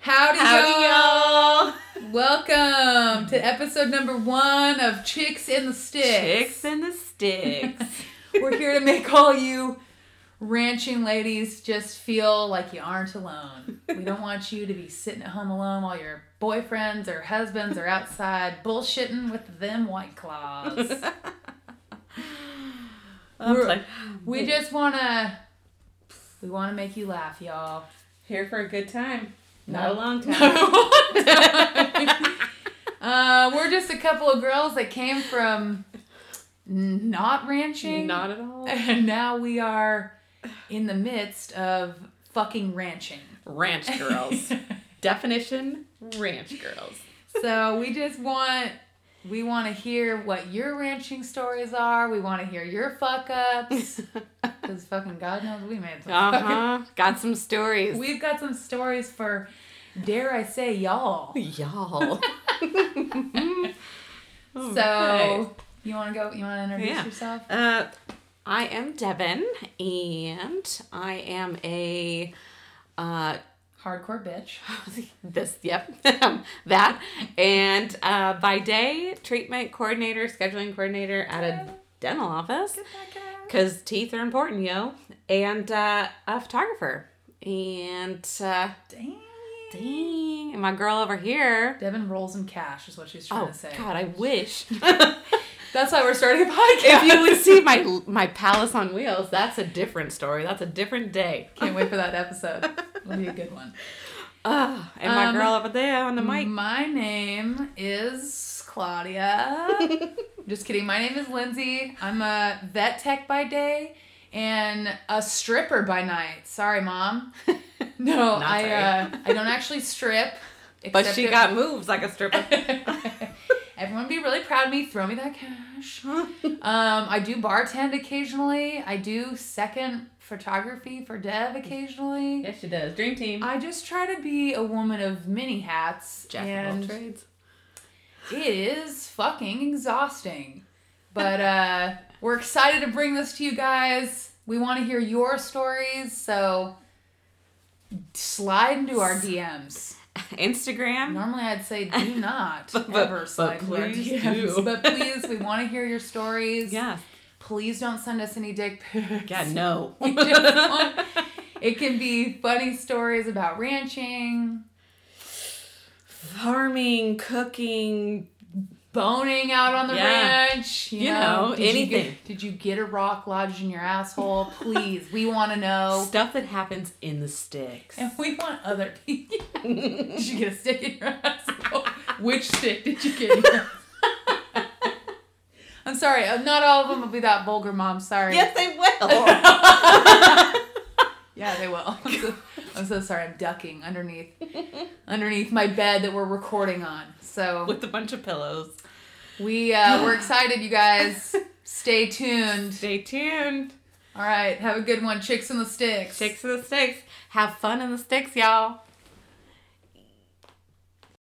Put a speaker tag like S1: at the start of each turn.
S1: Howdy,
S2: Howdy,
S1: y'all! Welcome to episode number one of Chicks in the Sticks.
S2: Chicks and the sticks.
S1: We're here to make all you ranching ladies just feel like you aren't alone. We don't want you to be sitting at home alone while your boyfriends or husbands are outside bullshitting with them white claws.
S2: I'm
S1: We're-
S2: like,
S1: We just wanna we wanna make you laugh, y'all.
S2: here for a good time.
S1: No.
S2: Not a long time.
S1: uh, we're just a couple of girls that came from n- not ranching.
S2: Not at all.
S1: And now we are in the midst of fucking ranching.
S2: Ranch girls. Definition ranch girls.
S1: so we just want we want to hear what your ranching stories are. We want to hear your fuck ups. Because fucking God knows we made some.
S2: Uh
S1: fucking-
S2: huh. Got some stories.
S1: We've got some stories for, dare I say, y'all.
S2: Y'all.
S1: So
S2: Alright.
S1: you want to go? You want to introduce
S2: Yeah.
S1: yourself?
S2: Uh, I am Devin, and I am a uh,
S1: Hardcore bitch.
S2: this yep that and uh, by day treatment coordinator scheduling coordinator at a dental office because teeth are important yo and uh, a photographer and uh,
S1: Damn.
S2: dang and my girl over here
S1: Devin rolls in cash is what she's trying
S2: oh
S1: to say.
S2: god i wish
S1: That's why we're starting a podcast.
S2: if you would see my my palace on wheels that's a different story that's a different day
S1: Can't wait for that episode. It'll be a good one.
S2: Ugh, and my
S1: Um,
S2: girl over there on the mic
S1: My name is Claudia. Just kidding. My name is Lindsay. I'm a vet tech by day and a stripper by night. Sorry, mom. No,
S2: Not
S1: I
S2: sorry.
S1: uh, I don't actually strip.
S2: but
S1: except
S2: she
S1: if-
S2: got moves like a stripper
S1: Everyone be really proud of me. Throw me that cash. Um, I do bartend occasionally. I do second photography for Dev occasionally.
S2: yes she does dream team
S1: I just try to be a woman of many hats.
S2: Jack of all
S1: and
S2: trades.
S1: it is fucking exhausting. But uh, we're excited to bring this to you guys. We want to hear your stories, so slide into our DMs.
S2: Instagram.
S1: Normally, I'd say do not
S2: But- but-
S1: ever
S2: but
S1: slide into our
S2: please
S1: DMs,
S2: do.
S1: but please, we want to hear your stories.
S2: Yeah.
S1: Please don't send us any dick pics.
S2: Yeah, no.
S1: We just want- it can be funny stories about ranching,
S2: Farming, cooking.
S1: boning out on the
S2: Yeah.
S1: ranch. You,
S2: You
S1: know,
S2: know,
S1: Did you get-
S2: anything.
S1: did you get a rock lodged in your asshole? Please, we want to know.
S2: Stuff that happens in the sticks.
S1: And we want other people. did you get a stick in your asshole? Which stick did you get in your I'm sorry, uh, not all of them will be that vulgar, Mom. Sorry.
S2: yes, they will.
S1: Yeah, they will. I'm so, I'm so sorry. I'm ducking underneath underneath my bed that we're recording on. So
S2: With a bunch of pillows.
S1: we uh, we're excited, you guys. Stay tuned.
S2: Stay tuned.
S1: All right, have a good one, chicks in the sticks.
S2: Sticks to the sticks. Have fun in the sticks, y'all.